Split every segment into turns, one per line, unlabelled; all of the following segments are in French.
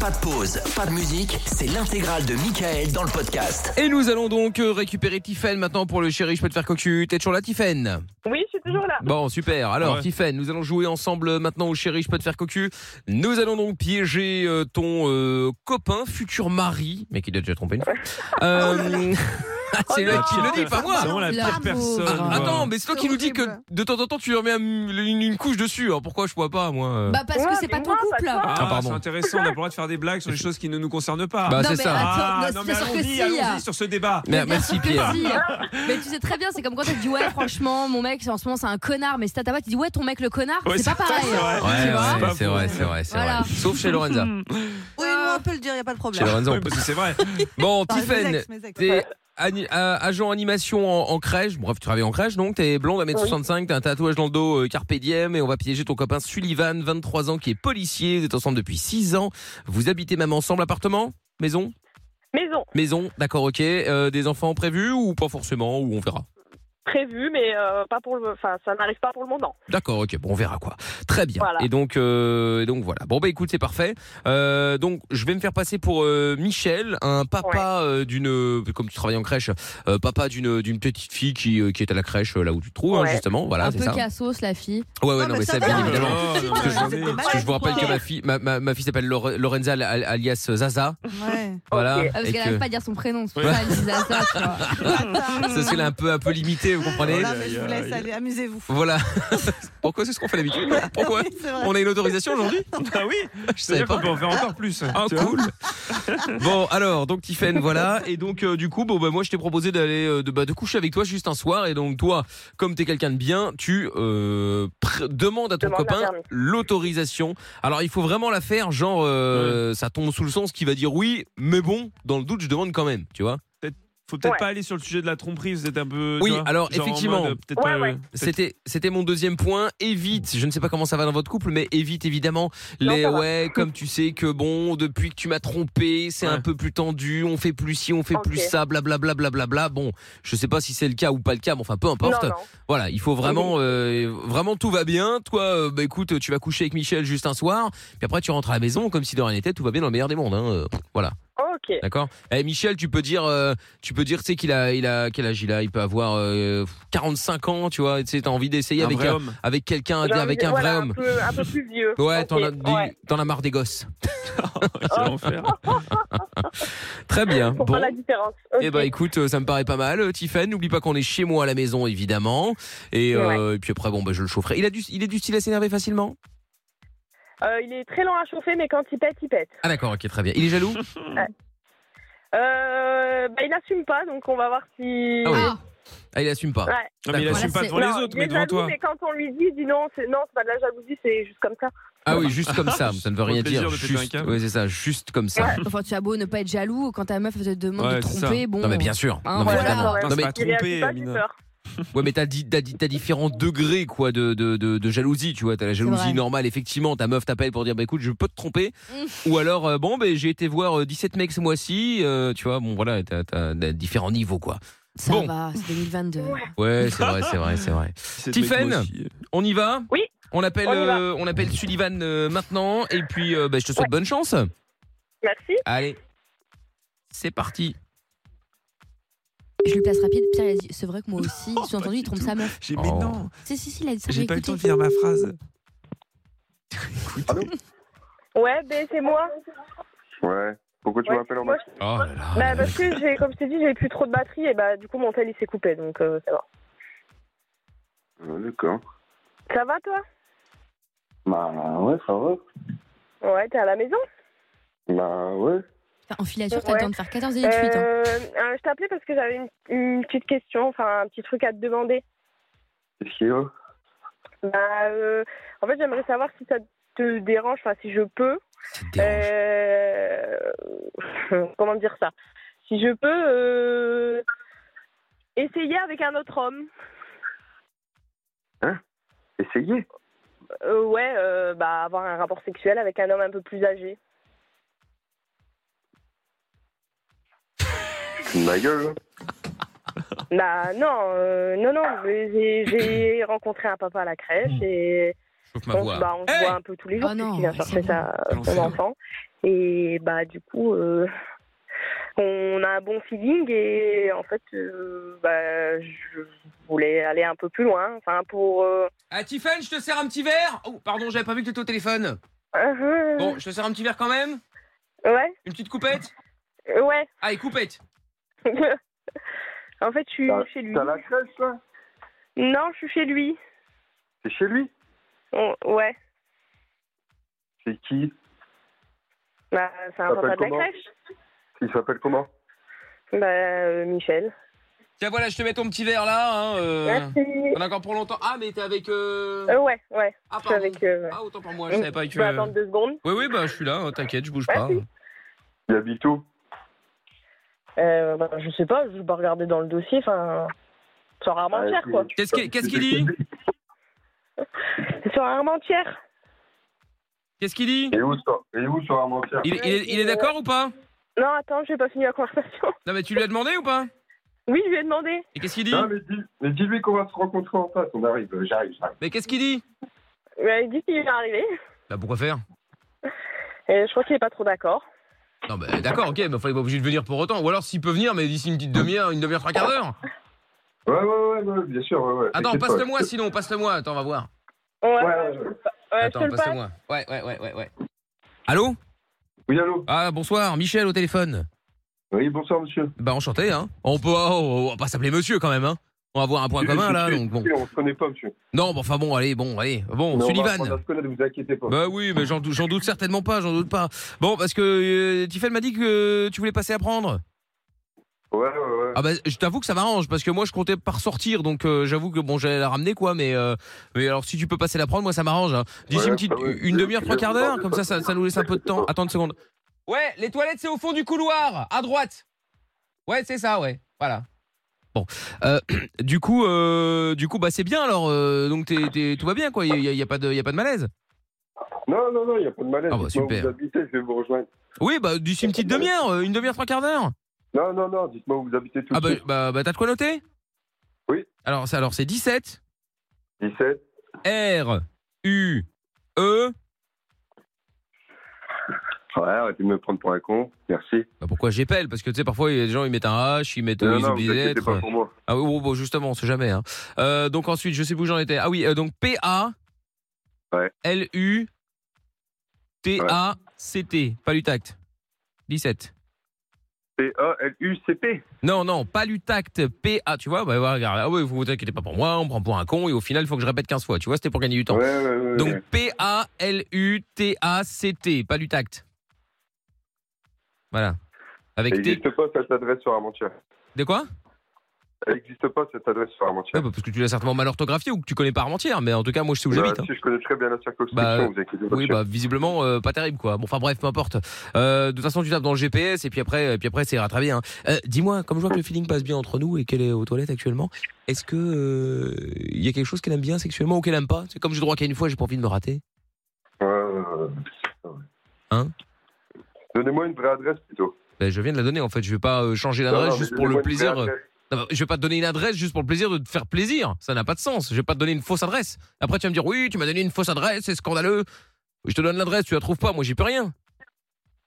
Pas de pause, pas de musique, c'est l'intégrale de Michael dans le podcast.
Et nous allons donc euh, récupérer Tiffen maintenant pour le chéri, je peux te faire cocu. T'es toujours là, Tiffen
Oui, je suis toujours là.
Bon, super. Alors,
Ouais.
Tiffen, nous allons jouer ensemble euh, maintenant au chéri, je peux te faire cocu. Nous allons donc piéger euh, ton euh, copain, futur mari, mais qui t'a déjà trompé une fois.
Oh
Euh, c'est lui qui le dit, pas moi.
C'est vraiment la
L'amour.
pire personne.
Ah,
quoi.
Attends, mais c'est toi
C'est
qui nous dis que
horrible.
de temps en temps tu remets un- une, une couche dessus. Alors pourquoi je vois pas moi euh
Bah parce que
Ouais,
c'est pas
mais
ton
moi,
couple. hein.
pas toi.
Ah,
Ah, pardon.
c'est intéressant, on a le droit de faire des blagues sur des choses qui ne nous concernent pas.
Bah,
non
c'est
mais
ça.
ah,
attends,
non,
c'est
mais
sûr que
allons-y,
si. hein.
allons-y sur ce débat.
Mer-
Bien
Merci
sûr que
Pierre.
si. hein. Mais tu sais très bien, c'est comme quand elle dit ouais, franchement, mon mec, en ce moment, c'est un connard. Mais si t'as ta boîte, tu dis ouais, ton mec, le connard,
Ouais,
c'est pas
c'est-
pareil. hein.
c'est
Ouais, ouais,
vrai.
Tu vois
C'est pas
c'est
faux.
vrai, c'est vrai, c'est
Voilà.
vrai. Sauf chez Lorenza.
Oui, moi, on peut le dire, il n'y a pas de
Chez
problème.
Lorenza, on
Oui,
peut.
parce que c'est vrai.
Bon,
Ah,
Enfin, mes
Tiffen,
ex, mes ex.
T'es ani- euh, agent animation en, en crèche, bref, tu travailles en crèche donc, t'es blonde à 1m65, t'as un tatouage dans le dos euh, Carpe Diem et on va piéger ton copain Sullivan, 23 ans, qui est policier, vous êtes ensemble depuis 6 ans, vous habitez même ensemble, appartement Maison
Maison
Maison, d'accord, ok. Euh, des enfants prévus ou pas forcément, ou on verra
prévue, mais euh, pas pour le. Enfin, ça n'arrive pas pour le moment.
D'accord, ok, bon, on verra quoi. Très bien.
Voilà.
Et donc, euh, et donc voilà. Bon, bah écoute, c'est parfait. Euh, donc, je vais me faire passer pour euh, Michel, un papa euh, d'une, comme tu travailles en crèche, euh, papa d'une d'une petite fille qui, euh, qui est à la crèche euh, là où tu te trouves, hein,
Ouais.
justement. Voilà,
Un
c'est
peu
ça.
cassos, la fille. Ah,
Ouais, ouais, non, mais ça, bien
va.
évidemment.
Oh, non,
Parce que je-
Vous êtes des
Parce que je vous
malades,
rappelle que
quoi.
ma fille, ma, ma, ma fille s'appelle Lore- Lorenza al- al- alias Zaza.
Ouais.
Voilà.
Ok.
Ah, parce
et
qu'elle
que-
arrive pas à dire son prénom. C'est pour
Ouais.
ça, elle disait ça, tu vois.
C'est parce qu'elle est un peu, un peu limitée, vous comprenez
Non, mais je vous
Aïe, aïe,
laisse
aïe.
aller, amusez-vous.
Voilà. Pourquoi c'est ce qu'on fait d'habitude Pourquoi
Oui, c'est vrai.
On a une autorisation aujourd'hui
Ah oui,
Je
c'est
savais
bien
pas.
qu'on peut en faire encore plus.
Ah
Tu vois
cool. bon alors donc Tiffen voilà et donc euh, du coup bon bah moi je t'ai proposé d'aller euh, de bah, de coucher avec toi juste un soir et donc toi comme t'es quelqu'un de bien tu euh, pr- demandes à ton
Demande un
copain
permis.
l'autorisation. Alors il faut vraiment la faire genre euh, ça tombe sous le sens qui va dire oui mais bon dans le doute je demande quand même tu vois.
Faut peut-être
Ouais.
pas aller sur le sujet de la tromperie, vous êtes un peu.
Oui,
tu vois,
alors,
genre en
effectivement.
mode, peut-être
Ouais,
pas,
ouais.
C'était c'était mon deuxième point. Évite, je ne sais pas comment ça va dans votre couple, mais évite évidemment
Non,
les
ça va.
ouais, comme tu sais que bon, depuis que tu m'as trompé, c'est un
Ouais.
peu plus tendu, on fait plus ci, on fait
Ok.
plus ça, blablabla, blablabla. Bon, je sais pas si c'est le cas ou pas le cas, mais enfin peu
Non,
importe.
non.
Voilà, il faut vraiment, euh, vraiment tout va bien. Toi, euh, bah écoute, tu vas coucher avec Michel juste un soir, puis après tu rentres à la maison comme si de rien n'était, tout va bien dans le meilleur des mondes. Hein. Euh, Voilà.
Ok.
D'accord. Eh, Michel, tu peux dire, euh, tu peux dire, tu sais qu'il a, il a quel âge il a Il peut avoir euh, 45 ans, tu vois. Tu sais, t'as envie d'essayer
Un
avec
vrai
un,
homme.
avec quelqu'un,
J'ai
avec
envie de-
un
voilà,
vrai homme.
Un peu, un peu plus vieux.
Ouais,
Ok,
t'en as, dis-
ouais.
t'en as marre des gosses.
C'est l'enfer.
Très bien.
Pour
Bon.
faire la différence. Ok.
Eh ben écoute, euh, ça me paraît pas mal, euh, Tiffen. N'oublie pas qu'on est chez moi à la maison, évidemment. Et, euh, et puis après, bon, bah, je le chaufferai. Il a du, il est du style à s'énerver facilement.
Euh, il est très lent à chauffer, mais quand il pète, il pète.
Ah d'accord, ok, très bien. Il est jaloux
Euh, bah, il n'assume pas, donc on va voir si.
Ah oui.
Ah,
ah, il assume pas.
Ouais.
Non, mais il
D'accord.
assume pas
Voilà,
devant
Non,
les autres,
il
mais
est
devant
jaloux,
toi.
Mais quand on lui dit, il dit non, c'est non, c'est pas de la jalousie, c'est juste comme ça.
Ah oui, juste comme ça. Ça ne veut
Prends
rien
plaisir
dire.
de péter un
Juste,
câble.
ouais, c'est ça, juste comme ça.
enfin, tu as beau ne pas être jaloux quand ta meuf te demande
Ouais,
de
c'est
tromper. Bon,
Non mais bien sûr.
Hein,
non, mais
Ah, voilà.
évidemment.
Ouais.
Non,
C'est
mais
pas
Il
trompé,
réagit pas, j'ai
Amina.
peur.
Ouais, mais t'as dit, t'as dit, t'as différents degrés quoi de de, de, de jalousie, tu vois. T'as la jalousie
vrai.
normale, effectivement. Ta meuf t'appelle pour dire, bah écoute, je peux te tromper.
Mm.
Ou alors, euh, bon, ben j'ai été voir euh, 17 mecs ce mois-ci. euh, tu vois, bon voilà, t'as, t'as- t'as différents niveaux quoi.
Ça
Bon.
va, c'est 2022.
Ouais, c'est vrai, c'est vrai, c'est vrai.
Cette mec, moi
Tiffen.
aussi.
On y va
Oui.
On appelle,
On y va.
euh, on appelle Sullivan euh, maintenant. Et puis, euh, bah, je te souhaite bonne chance.
Merci.
Allez, c'est parti.
Je lui place rapide. Pierre, il a dit, c'est vrai que moi aussi, sous-entendu,
du
il trompe
tout.
sa meuf.
J'ai-
Oh.
Mais non,
Si, si, si, il a dit ça.
j'ai pas eu le
écouté.
temps de finir ma phrase. Écoute.
Ouais, ben c'est moi.
Ouais. Pourquoi tu
Ouais,
m'appelles en
moi,
bas
Oh là là.
Bah, parce que j'ai, comme je t'ai dit, j'ai plus trop de batterie et bah du coup mon tel il s'est coupé, donc euh, ça va.
Euh, D'accord.
Ça va toi
Bah ouais, ça va.
Ouais, t'es à la maison
Bah ouais.
Enfin, En filature, t'as
Ouais.
le temps de faire 14 et 18. hein.
Euh, euh, je t'appelais parce que j'avais une, une petite question, enfin un petit truc à te demander.
Qu'est-ce qu'il y a
Bah, euh, en fait, j'aimerais savoir si ça te dérange, enfin si je peux.
Ça te dérange.
Euh, Comment dire ça Si je peux euh, essayer avec un autre homme.
Essayez.
Euh, ouais, euh, bah avoir un rapport sexuel avec un homme un peu plus âgé.
Tu ma gueule. hein.
Bah non, euh, non, non, mais j'ai j'ai rencontré un papa à la crèche et
Chauffe ma
on,
voix.
bah, on se
Hey
voit un peu tous les jours
Oh non,
puisqu'il vient
mais
chercher
c'est
sa,
bon.
son enfant. Et bah du coup, euh, on a un bon feeling et en fait, euh, bah, je voulais aller un peu plus loin. Enfin pour. euh,
Ah, Tiffen, je te sers un petit verre Oh, pardon, j'avais pas vu que t'étais au téléphone. Bon, je te sers un petit verre quand même
hein, Ouais, euh,
Une petite coupette
ouais.
Allez, coupette
en fait, je suis
T'as-
chez lui.
T'as la crèche, là
Non, je suis chez lui.
C'est chez lui
On- ouais.
C'est qui
Bah, c'est un
T'appelles
papa de la
comment
crèche.
Il s'appelle comment
Bah, euh, Michel.
Tiens, voilà, je te mets ton petit verre là. Hein, euh,
Merci.
On a encore pour longtemps. Ah, mais t'es avec. euh,
Euh, ouais, ouais.
Ah,
Je suis
pardon.
avec. euh,
Ah, autant pour moi, je savais pas
Je peux attendre
que.
deux secondes.
Oui, oui, bah je suis là, hein, t'inquiète, je bouge pas.
Merci.
Il habite où
Euh, bah, je sais pas, je vais pas regarder dans le dossier, enfin. Sur Armentière,
Ah,
quoi.
tu-
Qu'est-ce qu'il- qu'est-ce qu'il dit
Sur Armentière
Qu'est-ce qu'il dit
Et où sur, et où sur Armentières
il, il est- il est d'accord ou pas
Non, attends, j'ai pas fini la conversation.
Non, mais tu lui as demandé ou pas
Oui, je lui ai demandé.
Et qu'est-ce qu'il dit
Non, mais dis- mais dis-lui qu'on va se rencontrer en face. On arrive, euh, j'arrive, j'arrive.
Mais qu'est-ce qu'il dit
Il m'a dit qu'il est arrivé.
Bah, pourquoi faire
Et je crois qu'il est pas trop d'accord.
Non, bah d'accord, ok, mais enfin, il est pas obligé de venir pour autant. Ou alors, s'il peut venir, mais d'ici une petite demi-heure, une demi-heure, trois quarts d'heure.
Ouais, ouais, ouais, ouais, bien sûr, ouais, ouais.
Attends,
t'inquiète pas.
passe-le-moi sinon, passe-le-moi, attends, on va voir.
Ouais,
Ouais,
ouais,
ouais, ouais.
je te
attends,
le passe.
passe-le-moi. Ouais, ouais, ouais, ouais, ouais. Allô
Oui, allô
Ah, bonsoir, Michel au téléphone.
Oui, bonsoir, monsieur.
Bah, enchanté, hein. On peut. oh, oh, on va pas s'appeler monsieur quand même, hein. On va avoir un point
Je-
commun
je
là,
suis-
donc bon.
Oui, On se connaît pas, monsieur.
Non, bon, enfin bon, allez, bon, allez. Bon,
Mais on va
Sullivan.
apprendre à se connaître, Ne vous inquiétez pas.
Bah oui, mais j'en doute, j'en doute certainement pas, j'en doute pas. Bon, parce que euh, Tiffel m'a dit que tu voulais passer à prendre.
Ouais, ouais, ouais.
Ah bah, je t'avoue que ça m'arrange parce que moi je comptais pas ressortir, donc euh, j'avoue que bon, j'allais la ramener quoi, mais euh, mais alors si tu peux passer la prendre, moi ça m'arrange. hein. D'ici
Ouais,
une petite,
bah ouais.
une demi-heure, trois quarts d'heure,
Je-
comme ça, ça, ça nous laisse un peu de temps. Attends une seconde. Ouais, les toilettes c'est au fond du couloir, à droite. Ouais, c'est ça, ouais. Voilà. Bon, Euh, du coup, euh, du coup, bah c'est bien alors. euh, donc t'es- t'es- tout va bien quoi. Il y, a- y a pas de, y a pas de malaise.
Non, non, non, il n'y a pas de malaise.
Ah bah,
dites-moi où
super.
vous habitez, je vais vous rejoindre.
Oui, bah d'ici une petite demi-heure, euh, une demi-heure, trois quarts d'heure.
Non, non, non, dites-moi où vous habitez tout
Ah
de
bah,
suite.
bah, bah, t'as de quoi noter
Oui.
Alors c'est alors c'est 17
17,
R U E.
ouais, arrêtez de me prendre pour un con, merci.
Bah pourquoi j'épelle Parce que tu sais parfois il y a des gens ils mettent un H, ils mettent euh,
non,
ils
non,
oublient
vous
des
inquiétez
lettres.
pas pour moi.
Ah oui bon, bon, justement on sait jamais. hein. Euh, donc ensuite je sais plus où j'en étais. Ah oui euh, donc P A
Ouais.
L U T A C T palutact 17.
P-A-L-U-C-P.
Non, non, pas Lutact, PA, tu vois, bah, bah, regarde, ah oui, vous vous inquiétez pas pour moi, on me prend pour un con et au final, il faut que je répète 15 fois, tu vois, c'était pour gagner du temps.
Ouais, ouais, ouais.
Donc P-A-L-U-T-A-C-T, pas du tact. Voilà.
Elle
Avec T.
n'existe pas cette adresse sur Armentière.
De quoi
Elle n'existe pas cette adresse sur
Ouais,
Armentière.
bah, Parce que tu l'as certainement mal orthographié ou que tu connais pas Armentières, mais en tout cas, moi je sais où
Bah,
j'habite. hein.
si, je connais très bien la circonscription,
Bah,
vous inquiétez pas.
Oui,
monsieur.
bah visiblement euh, pas terrible quoi. Bon, enfin bref, peu importe. Euh, de toute façon, tu tapes dans le GPS et puis après, et puis après, ça ira très bien. Euh, Dis-moi, comme je vois que le feeling passe bien entre nous et qu'elle est aux toilettes actuellement, est-ce que euh, il y a quelque chose qu'elle aime bien sexuellement ou qu'elle aime pas C'est comme j'ai droit qu'à une fois, j'ai pas envie de me rater.
Ouais, ouais, ouais.
Hein
Donnez-moi une vraie adresse plutôt.
Ben, je viens de la donner en fait. Je vais pas euh, changer
Non, non,
l'adresse
mais
juste pour
donnez-moi
le
une vraie
plaisir.
adresse.
Non, mais je vais pas te donner une adresse juste pour le plaisir de te faire plaisir. Ça n'a pas de sens. Je vais pas te donner une fausse adresse. Après, tu vas me dire oui, tu m'as donné une fausse adresse, c'est scandaleux. Je te donne l'adresse, tu la trouves pas. Moi, j'y peux rien.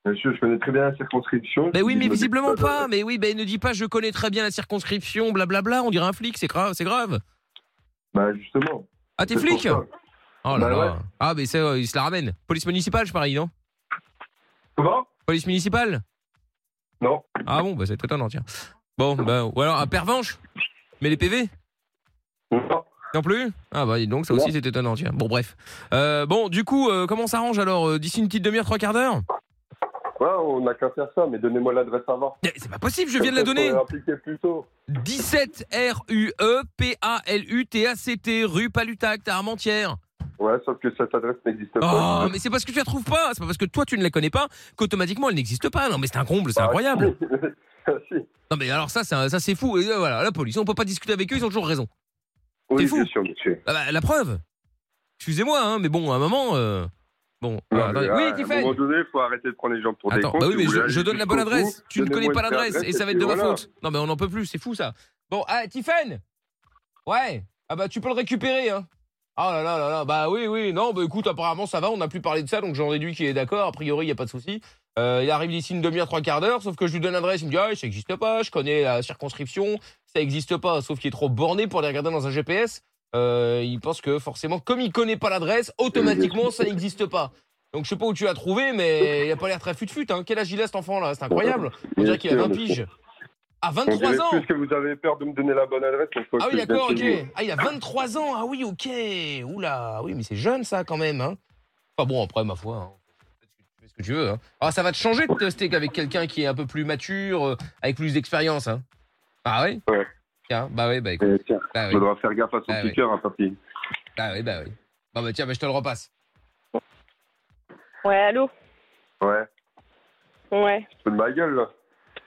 Monsieur, je connais très bien la circonscription.
Ben oui,
Je
mais
me dis
visiblement pas.
d'adresse.
Mais oui, ben ne dis pas je connais très bien la circonscription, blablabla. On dirait un flic, c'est grave, c'est grave.
Bah justement.
Ah, t'es
c'est pour
flic
ça.
Oh là
Bah
là. Ah, mais ça, euh, il se la ramène. Police municipale, je parie, non
Comment
Police municipale
Non.
Ah bon, bah c'est étonnant, tiens. Bon, bah, ou alors un pervenche Mais les PV
Non.
Non plus Ah bah dis donc, ça aussi c'est étonnant, tiens. Bon bref. Euh, bon, du coup, euh, comment on s'arrange alors euh, D'ici une petite demi-heure, trois quarts d'heure
Ouais, on n'a qu'à faire ça, mais donnez-moi l'adresse avant.
Eh, C'est pas possible, je viens de la
Peut-être
donner
qu'on l'appliquait plus tôt.
17 E R-U-E-P-A-L-U-T-A-C-T, rue Palutact à Armentières.
Ouais, sauf que cette adresse n'existe
Oh,
pas.
mais c'est parce que tu la trouves pas, c'est pas parce que toi tu ne la connais pas qu'automatiquement elle n'existe pas. Non mais c'est un comble, c'est
Bah,
incroyable.
Merci.
Non mais alors ça, c'est un- ça c'est fou. Et euh, voilà, la police, on peut pas discuter avec eux, ils ont toujours raison.
Oui,
fou.
bien sûr, monsieur.
Ah bah, la preuve. Excusez-moi, hein, mais bon, à un moment. euh, Bon,
Non,
alors,
mais euh,
attendez.
à
Ah, oui,
un
Tiffany.
moment donné, il faut arrêter de prendre les gens pour des
Attends,
cons.
bah oui,
si
mais
vous
je,
voulez
je
aller
donne la
jusqu'au
bonne adresse.
bout,
Tu ne connais
donnez-moi
pas
une vraie
l'adresse et ça va être
puis
de ma
voilà.
faute. Non mais on n'en peut plus, c'est fou ça. Bon, ah, Tiffen Ouais. Ah bah tu peux le récupérer, hein. Ah là là là là, bah oui, oui, non, bah écoute, apparemment ça va, on n'a plus parlé de ça, donc j'en déduis qu'il est d'accord, a priori, il n'y a pas de souci. Euh, il arrive d'ici une demi-heure, trois quarts d'heure, sauf que je lui donne l'adresse, il me dit, ah, ça n'existe pas, je connais la circonscription, ça n'existe pas, sauf qu'il est trop borné pour aller regarder dans un GPS. Euh, il pense que forcément, comme il connaît pas l'adresse, automatiquement ça n'existe pas. Donc je sais pas où tu l'as trouvé, mais il a pas l'air très fut-fut, hein. Quel âge il a cet enfant là C'est incroyable. On dirait qu'il a 20 piges. Ah,
On
23
dirait
ans
plus que vous avez peur de me donner la bonne adresse. une fois
ah
que
oui,
je
d'accord, ok.
viens chez vous.
Ah, il a 23 ans. Ah oui, ok. Oula, oui, mais c'est jeune, ça, quand même. Hein. Enfin bon, après, ma foi. hein. Tu fais ce que tu veux. Hein. Ah, ça va te changer de tester avec quelqu'un qui est un peu plus mature, euh, avec plus d'expérience. Hein. Ah ouais
Ouais.
Tiens, bah oui, bah écoute.
Eh, tiens,
Bah
on
oui,
devra faire gaffe à son
Ah
petit
oui.
cœur, hein, papy.
bah oui, bah oui. Bon, bah tiens, bah, je te le repasse.
Ouais, allô
Ouais,
Ouais.
je fais de ma gueule, là.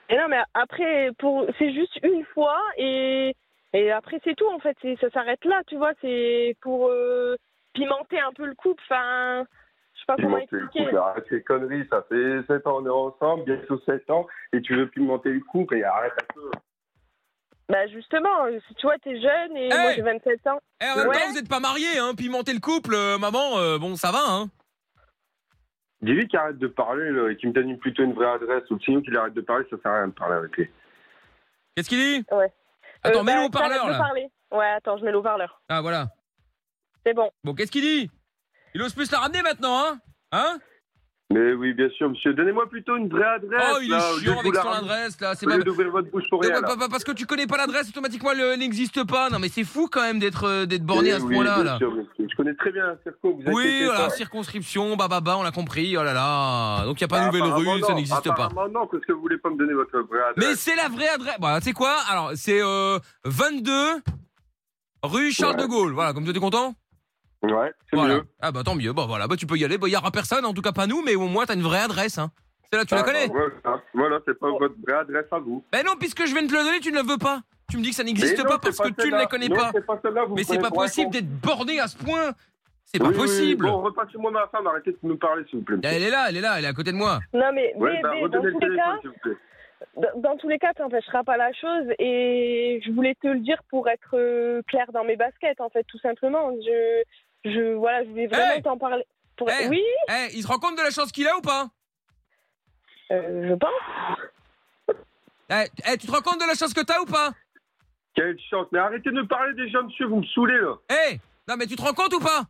Et non, mais après, pour... c'est juste une fois et, et après, c'est tout en fait. C'est- Ça s'arrête là, tu vois. C'est pour euh, pimenter un peu le couple. Enfin, je sais pas comment
Pimenter le
expliquer.
couple, arrête ces conneries, ça fait 7 ans on est ensemble, bientôt 7 ans, et tu veux pimenter le couple, et arrête un peu.
Bah, justement, euh, tu vois, t'es jeune et moi
Hey
j'ai 27 ans.
Eh, en
même
Ouais. temps, vous
n'êtes pas mariés, hein. Pimenter le couple, maman, bon, ça va, hein.
Dis-lui qu'il arrête de parler, là, et qu'il me donne une- plutôt une vraie adresse, ou sinon qu'il arrête de parler, ça sert à rien de parler avec lui.
Qu'est-ce qu'il dit
Ouais.
Attends,
Euh,
mets-le
bah,
au parleur,
t'arrêtes de
là.
parler. Ouais, attends, je mets le haut-parleur.
Ah, voilà.
C'est bon.
Bon, qu'est-ce qu'il dit Il ose plus la ramener maintenant, hein Hein
Mais oui, bien sûr, monsieur, donnez-moi plutôt une vraie adresse.
Oh, il
là, au
est
lieu
chiant
de
avec
vous
son
la-
adresse, là. C'est
Au
pas...
lieu d'ouvrir votre bouche pour
Non,
rien,
mais
là.
pas- pas- parce que tu connais pas l'adresse, automatiquement elle euh, n'existe pas. Non, mais c'est fou quand même d'être euh, d'être borné
Eh
à ce
oui,
point-là.
bien
Là.
sûr, monsieur. Je connais très bien la circo, vous
Oui,
inquiétez
voilà,
pas.
circonscription, bah bah bah, on l'a compris. Oh là là. Donc il y a pas de nouvelle
Bah, Apparemment,
rue, ça
non.
n'existe pas.
Apparemment, euh, non, parce que vous voulez pas me donner votre vraie adresse.
Mais c'est la vraie adresse. Bah, tu sais quoi Alors, c'est euh, 22 rue Charles
Ouais.
de Gaulle. Voilà, comme tu es content
Ouais, c'est
Voilà.
mieux.
Ah bah tant mieux. Bah voilà, bah tu peux y aller. Bah il y aura personne en tout cas pas nous, mais au moins t'as une vraie adresse hein. C'est là tu la
Ah,
connais
bah, Voilà, Voilà, c'est
Oh.
pas votre vraie adresse à vous.
Ben non, puisque je viens de te le donner, tu ne le veux pas. Tu me dis que ça
Mais
n'existe
non,
pas parce
c'est
que tu ne
celle-là.
la connais
Non,
pas.
c'est celle-là, vous
Mais
me
c'est
prenez
pas
pour un
possible
con.
d'être borné à ce point. C'est pas
Oui, oui, oui.
possible. Eh,
Bon, repassez-moi ma femme, arrêtez de me parler, s'il vous plaît.
Elle est là, elle est là, elle est à côté de moi.
Non, Eh, mais
Ouais,
bébé,
bah,
dans
redonnez le
tous les cas,
téléphone, s'il vous plaît.
dans- dans tous les cas, t'empêcheras pas la chose et je voulais te le dire pour être euh, claire dans mes baskets, en fait, tout simplement. Je, je, voilà, je voulais vraiment
Hey
t'en parler. Pour...
Hey
Oui,
Eh, il se rend compte de la chance qu'il a ou pas
euh, je pense.
Eh, eh, tu te rends compte de la chance que t'as ou pas
Quelle chance. Mais arrêtez de me parler déjà, monsieur, vous me saoulez, là.
Eh, non mais tu te rends compte ou pas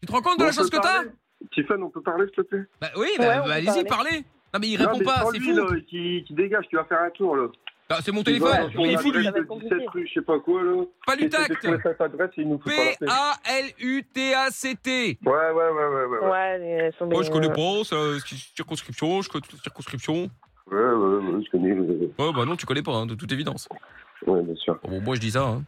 Tu te rends compte de la
On peut
chance que t'as
parler Tiffany, on peut parler, s'il te plaît
Bah oui,
Ouais,
bah,
on
bah,
peut
allez-y,
parler.
parlez. Non mais il
Non,
répond
mais
pas,
sans
c'est
lui,
fou.
là, qui, qui dégage, tu vas faire un tour, là.
Ah, c'est mon téléphone,
Ouais,
il est
on
fou lui.
Ça va être compliqué.
17 rue, je sais pas quoi, là.
Pas du
Essayez de
tact. ah.
trouver cette adresse, il nous fout pas la paix.
P-A-L-U-T-A-C-T.
Ouais, ouais, ouais, ouais, ouais. ouais.
Ouais, mais elles
Oh,
sont euh, bien-
pas, circonscription, je connais circonscription.
Ouais, ouais, ouais, je connais. euh,
Ouais, bah non, tu connais pas, hein, de toute évidence.
Ouais, bien sûr.
Bon, moi je dis ça. Hein.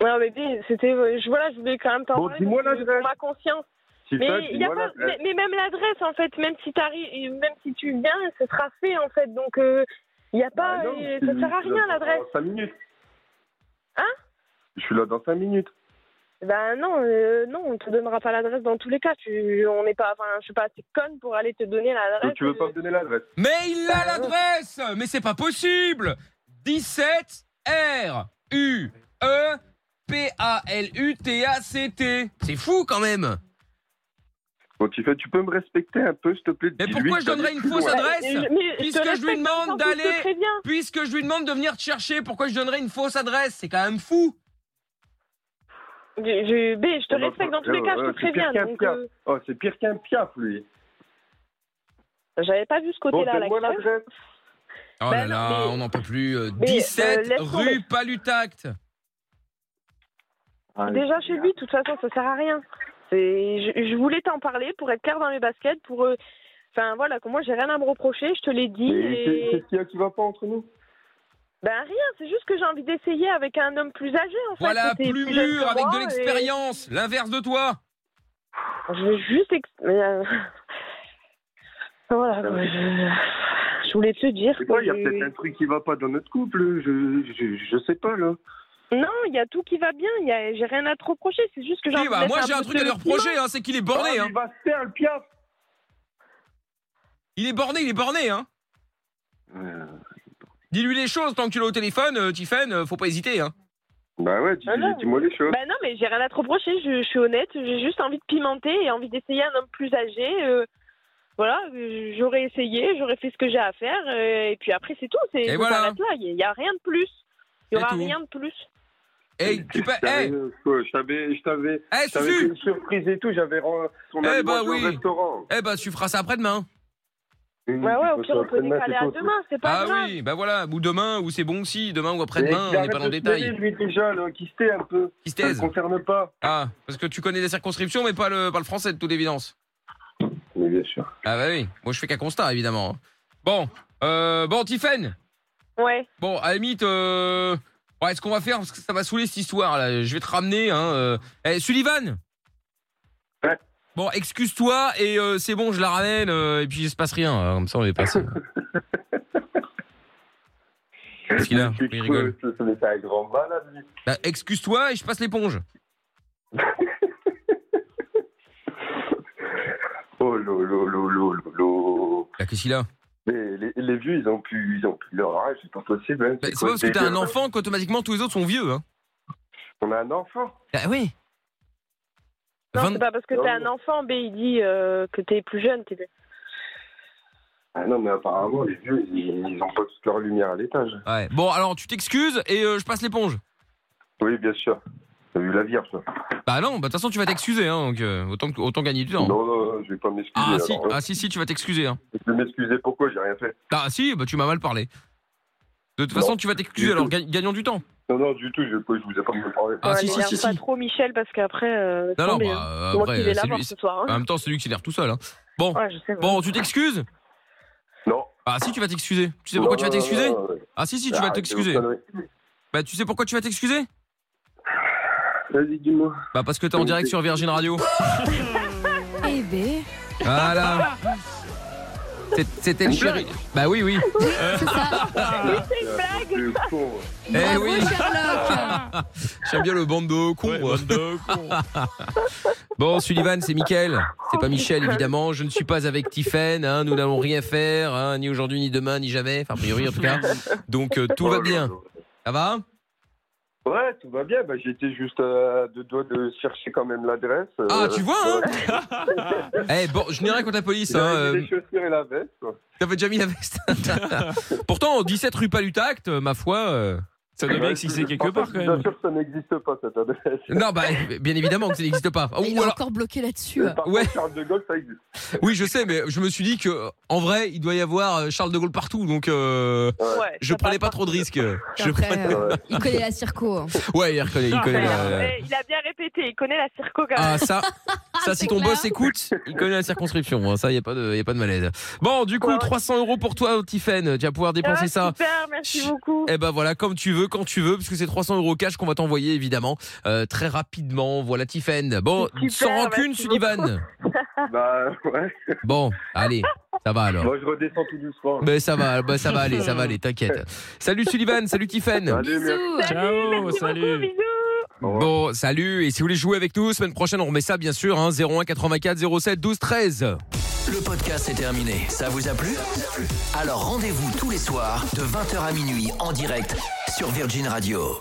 Non, mais dis, c'était. euh, Je, voilà, je voulais quand même t'en
Bon,
parler.
dis-moi
parce que
l'adresse.
Pour ma conscience.
Tiffany,
Mais, il y a
dis-moi
pas, mais,
l'adresse.
mais même l'adresse, en fait, même si, t'arrives- même si tu viens, ce sera fait, en fait. Donc, euh, il y a pas.
Bah non,
euh,
je
ça
suis-
sert à
je suis là
rien,
dans
l'adresse.
Cinq minutes.
Hein
Je suis là dans 5 minutes.
Ben non, euh, non, on te donnera pas l'adresse dans tous les cas. Tu, on n'est pas, enfin, je suis pas assez conne pour aller te donner l'adresse.
Donc tu veux pas me donner l'adresse
Mais il a l'adresse Mais c'est pas possible 17 R U E P A L U T A C T. C'est fou quand même.
Bon, Tiffany, tu peux me respecter un peu, s'il te plaît
Mais
Dis-lui
pourquoi
que
je donnerais
t'habites
une
plus
fausse
loin.
adresse
Mais
puisque
te
je lui
respecte dans le
demande
sens où je te
d'aller-
préviens.
Puisque je lui demande de venir te chercher, pourquoi je donnerais une fausse adresse C'est quand même fou.
Je, je, B, je te
On va
respecte dans tous
faire-
les cas,
ouais,
je
ouais,
te
c'est
préviens.
quelqu'un
Donc,
qui a-
euh,
Oh, c'est pire qu'un piaf, lui.
j'avais pas vu ce
Bon,
côté-là,
donne-moi
l'acteur.
l'adresse.
Oh
Ben
là
non,
là,
mais-
on n'en peut plus. euh,
Mais, euh,
17
laisse
rue Palutact.
Déjà chez lui, de toute façon, ça sert à rien. C'est, je, je voulais t'en parler pour être claire dans les baskets, pour, euh, enfin voilà, que moi j'ai rien à me reprocher, je te l'ai dit.
Mais qu'est-
et-
qu'est-ce qu'il y a qui va pas entre nous
Ben rien, c'est juste que j'ai envie d'essayer avec un homme plus âgé, en fait.
Voilà,
qui était
plus
jeune que
mûr, avec
moi,
de
et-
l'expérience. L'inverse de toi.
Je veux juste. ex- mais, euh, Voilà, quoi, je... je voulais te dire.
C'est
que
quoi, il y a
je-
peut-être un truc qui va pas dans notre couple, je, je, je sais pas, là.
Non, il y a tout qui va bien, il y a... j'ai rien à te reprocher, c'est juste que j'ai.
Oui,
envie
bah,
de
moi
laisser
j'ai un
peu
truc
de
à lui reprocher,
ciment.
hein, c'est qu'il est
Ah,
borné. Hein.
Il va se faire, le piaf
Il est borné, il est borné. Hein. Dis-lui les choses tant que tu l'as au téléphone, euh, Tiffen, euh, faut pas euh, hésiter. Hein.
Bah ouais, dis-
Ah non,
dis-moi les choses.
Bah non, mais j'ai rien à te reprocher, je, je suis honnête, j'ai juste envie de pimenter et envie d'essayer un homme plus âgé. euh, voilà, euh, j'aurais essayé, j'aurais fait ce que j'ai à faire, euh, et puis après c'est tout, c'est
Et
ça
voilà.
s'arrête là, il n'y a rien de plus. Il
C'est
n'y aura
tout.
rien de plus.
Eh, tu peux.
Je t'avais-
Eh,
euh, je t'avais, je t'avais,
eh,
je t'avais fait
Susu
une surprise et tout. J'avais ren- son
Eh
ami
bah
mangé
oui.
au restaurant.
Eh ben, tu feras ça après-demain.
Bah ouais, au pire on peut décaler à demain, c'est pas
Ah
grave.
oui, bah voilà, ou demain, ou c'est bon si, demain ou
Et
après-demain,
qu'il
on n'est pas dans
arrête
le
de se mêler,
détail.
Lui déjà, là, qui se tait un peu.
Qui se
Ça ne
taise.
concerne pas.
Ah, parce que tu connais les circonscriptions, mais pas le, pas le français, de toute évidence.
Mais bien sûr.
Ah bah oui, moi je fais qu'un constat, évidemment. Bon, euh, bon, Tiffen,
Ouais.
bon, à la limite, euh, ouais, ce qu'on va faire, parce que ça va saouler cette histoire, là, je vais te ramener, hein. euh, eh, Sullivan
Ouais.
Bon, excuse-toi, et euh, c'est bon, je la ramène, euh, et puis il se passe rien, euh, comme ça on est passé. Qu'est-ce qu'il a
C'est
Il
fou,
rigole.
ça, ça m'est un grand malade, lui.
Bah, excuse-toi et je passe l'éponge.
Oh lo lo lo lo lo lo.
Bah, Qu'est-ce qu'il a
Mais les, les vieux, ils ont plus, ils ont plus leur âge, c'est pas possible. Hein.
Bah, C'est
quoi
pas parce
ce
que t'as un
délire
enfant qu'automatiquement tous les autres sont vieux. Hein.
On a un enfant.
Ah oui.
Non,
Vingt- Oh.
c'est pas parce que t'es un enfant, B, il dit euh, que t'es plus jeune. t'es-
Ah non, mais apparemment, les vieux, ils, ils ont pas toute leur lumière à l'étage.
Ouais. Bon, alors tu t'excuses et euh, je passe l'éponge.
Oui, bien sûr. T'as vu la Vierge, toi
Bah non, bah, de toute façon tu vas t'excuser, hein, donc euh, autant, que- autant gagner du temps.
non. non, non, je vais pas m'excuser.
Ah
alors,
si,
hein.
ah si, si, tu vas t'excuser. Hein.
Je vais m'excuser pourquoi j'ai rien fait.
Ah si, bah tu m'as mal parlé. De toute façon, tu vas t'excuser,
Du
alors
tout.
ga- gagnons du temps.
Non, non, du tout, je, je vous ai pas me parler.
Ah,
Ouais,
si, si,
m'énerve
si,
pas
si.
trop Michel parce qu'après. euh,
Non, non,
attendez,
bah,
hein.
euh,
C'est moi
après,
qui vais
c'est
l'avoir
lui-
ce soir.
En
hein.
même temps, c'est lui qui s'énerve tout seul. Hein.
Ouais, je sais. ouais.
Bon, tu t'excuses
Non.
Ah si, tu vas t'excuser. Tu sais pourquoi tu vas t'excuser Ah si, si, tu vas t'excuser. Bah tu sais pourquoi tu vas t'excuser
Vas-y, dis-moi.
Bah parce que t'es en direct sur Virgin Radio.
Euh.
Eh ben,
Voilà. C'est- C'était le
Une
chéri. Bah oui, oui.
c'est ça.
Euh, Le con.
Eh
Bravo,
oui.
Sherlock.
J'aime bien le bandeau con.
Ouais,
moi.
bande de cons.
Bon, Sullivan, c'est Mickaël. C'est pas Michel, évidemment. Je ne suis pas avec Tiffen. hein. Nous n'allons rien faire, hein, ni aujourd'hui, ni demain, ni jamais. Enfin, a priori, en tout cas. Donc, euh, tout va
Oh là
bien.
là.
Ça va
Ouais, tout va bien. Bah, J'étais juste à deux doigts de chercher quand même l'adresse.
Ah,
Euh,
tu vois, hein
ouais.
Eh, bon, je n'ai rien contre la police.
J'avais
Hein.
mis
euh,
les chaussures et la veste. quoi.
T'avais déjà mis la veste. Pourtant, 17 rue Palutact, euh, ma foi. euh,
Ça doit bien
Ouais,
exister
je-
quelque
en
part
fait,
quand
Je
même.
suis sûr que ça n'existe pas, cette adresse.
Non, bah, bien évidemment que ça n'existe pas.
Mais Il
Ou
est
alors-
encore bloqué là-dessus.
Par
Ouais.
contre, Charles de Gaulle, ça existe.
Oui, je sais, mais je me suis dit que en vrai, il doit y avoir euh, Charles de Gaulle partout, donc euh,
Ouais,
je
ça
prenais pas
passe
trop de risques. Je
Après,
prenais-
euh, il connaît la circo. hein.
Ouais, il reconnaît, il connaît.
pas.
la-
Eh, Il a bien répété, il connaît la circo quand
euh.
même.
Ah ça, ça si
C'est
ton
clair.
boss écoute, il connaît la circonscription. hein, Ça, y a pas de, y a pas de malaise. Bon, du coup,
Ouais, ouais.
300 euros pour toi, Tiffen. Tu vas pouvoir dépenser
Ah,
ça.
Super, merci
Chut.
beaucoup.
Eh ben voilà, comme tu veux, quand tu veux, parce que c'est 300 euros cash qu'on va t'envoyer évidemment euh, très rapidement. Voilà, Tiffen. Bon,
Super,
sans rancune,
merci
Sullivan.
Bah, ouais.
Bon, allez, ça va alors.
Moi, je redescends tout doucement.
Mais ça va, bah, ça va aller, ça va aller, t'inquiète. Salut Sullivan, salut Tiffen.
Allez, merci.
Bisous.
Ciao,
Merci beaucoup,
salut.
bisous.
Bon, salut. Et si vous voulez jouer avec nous, semaine prochaine, on remet ça, bien sûr, hein, 01 84 07 12 13.
Le podcast est terminé. Ça vous a plu Alors rendez-vous tous les soirs de 20h à minuit en direct sur Virgin Radio.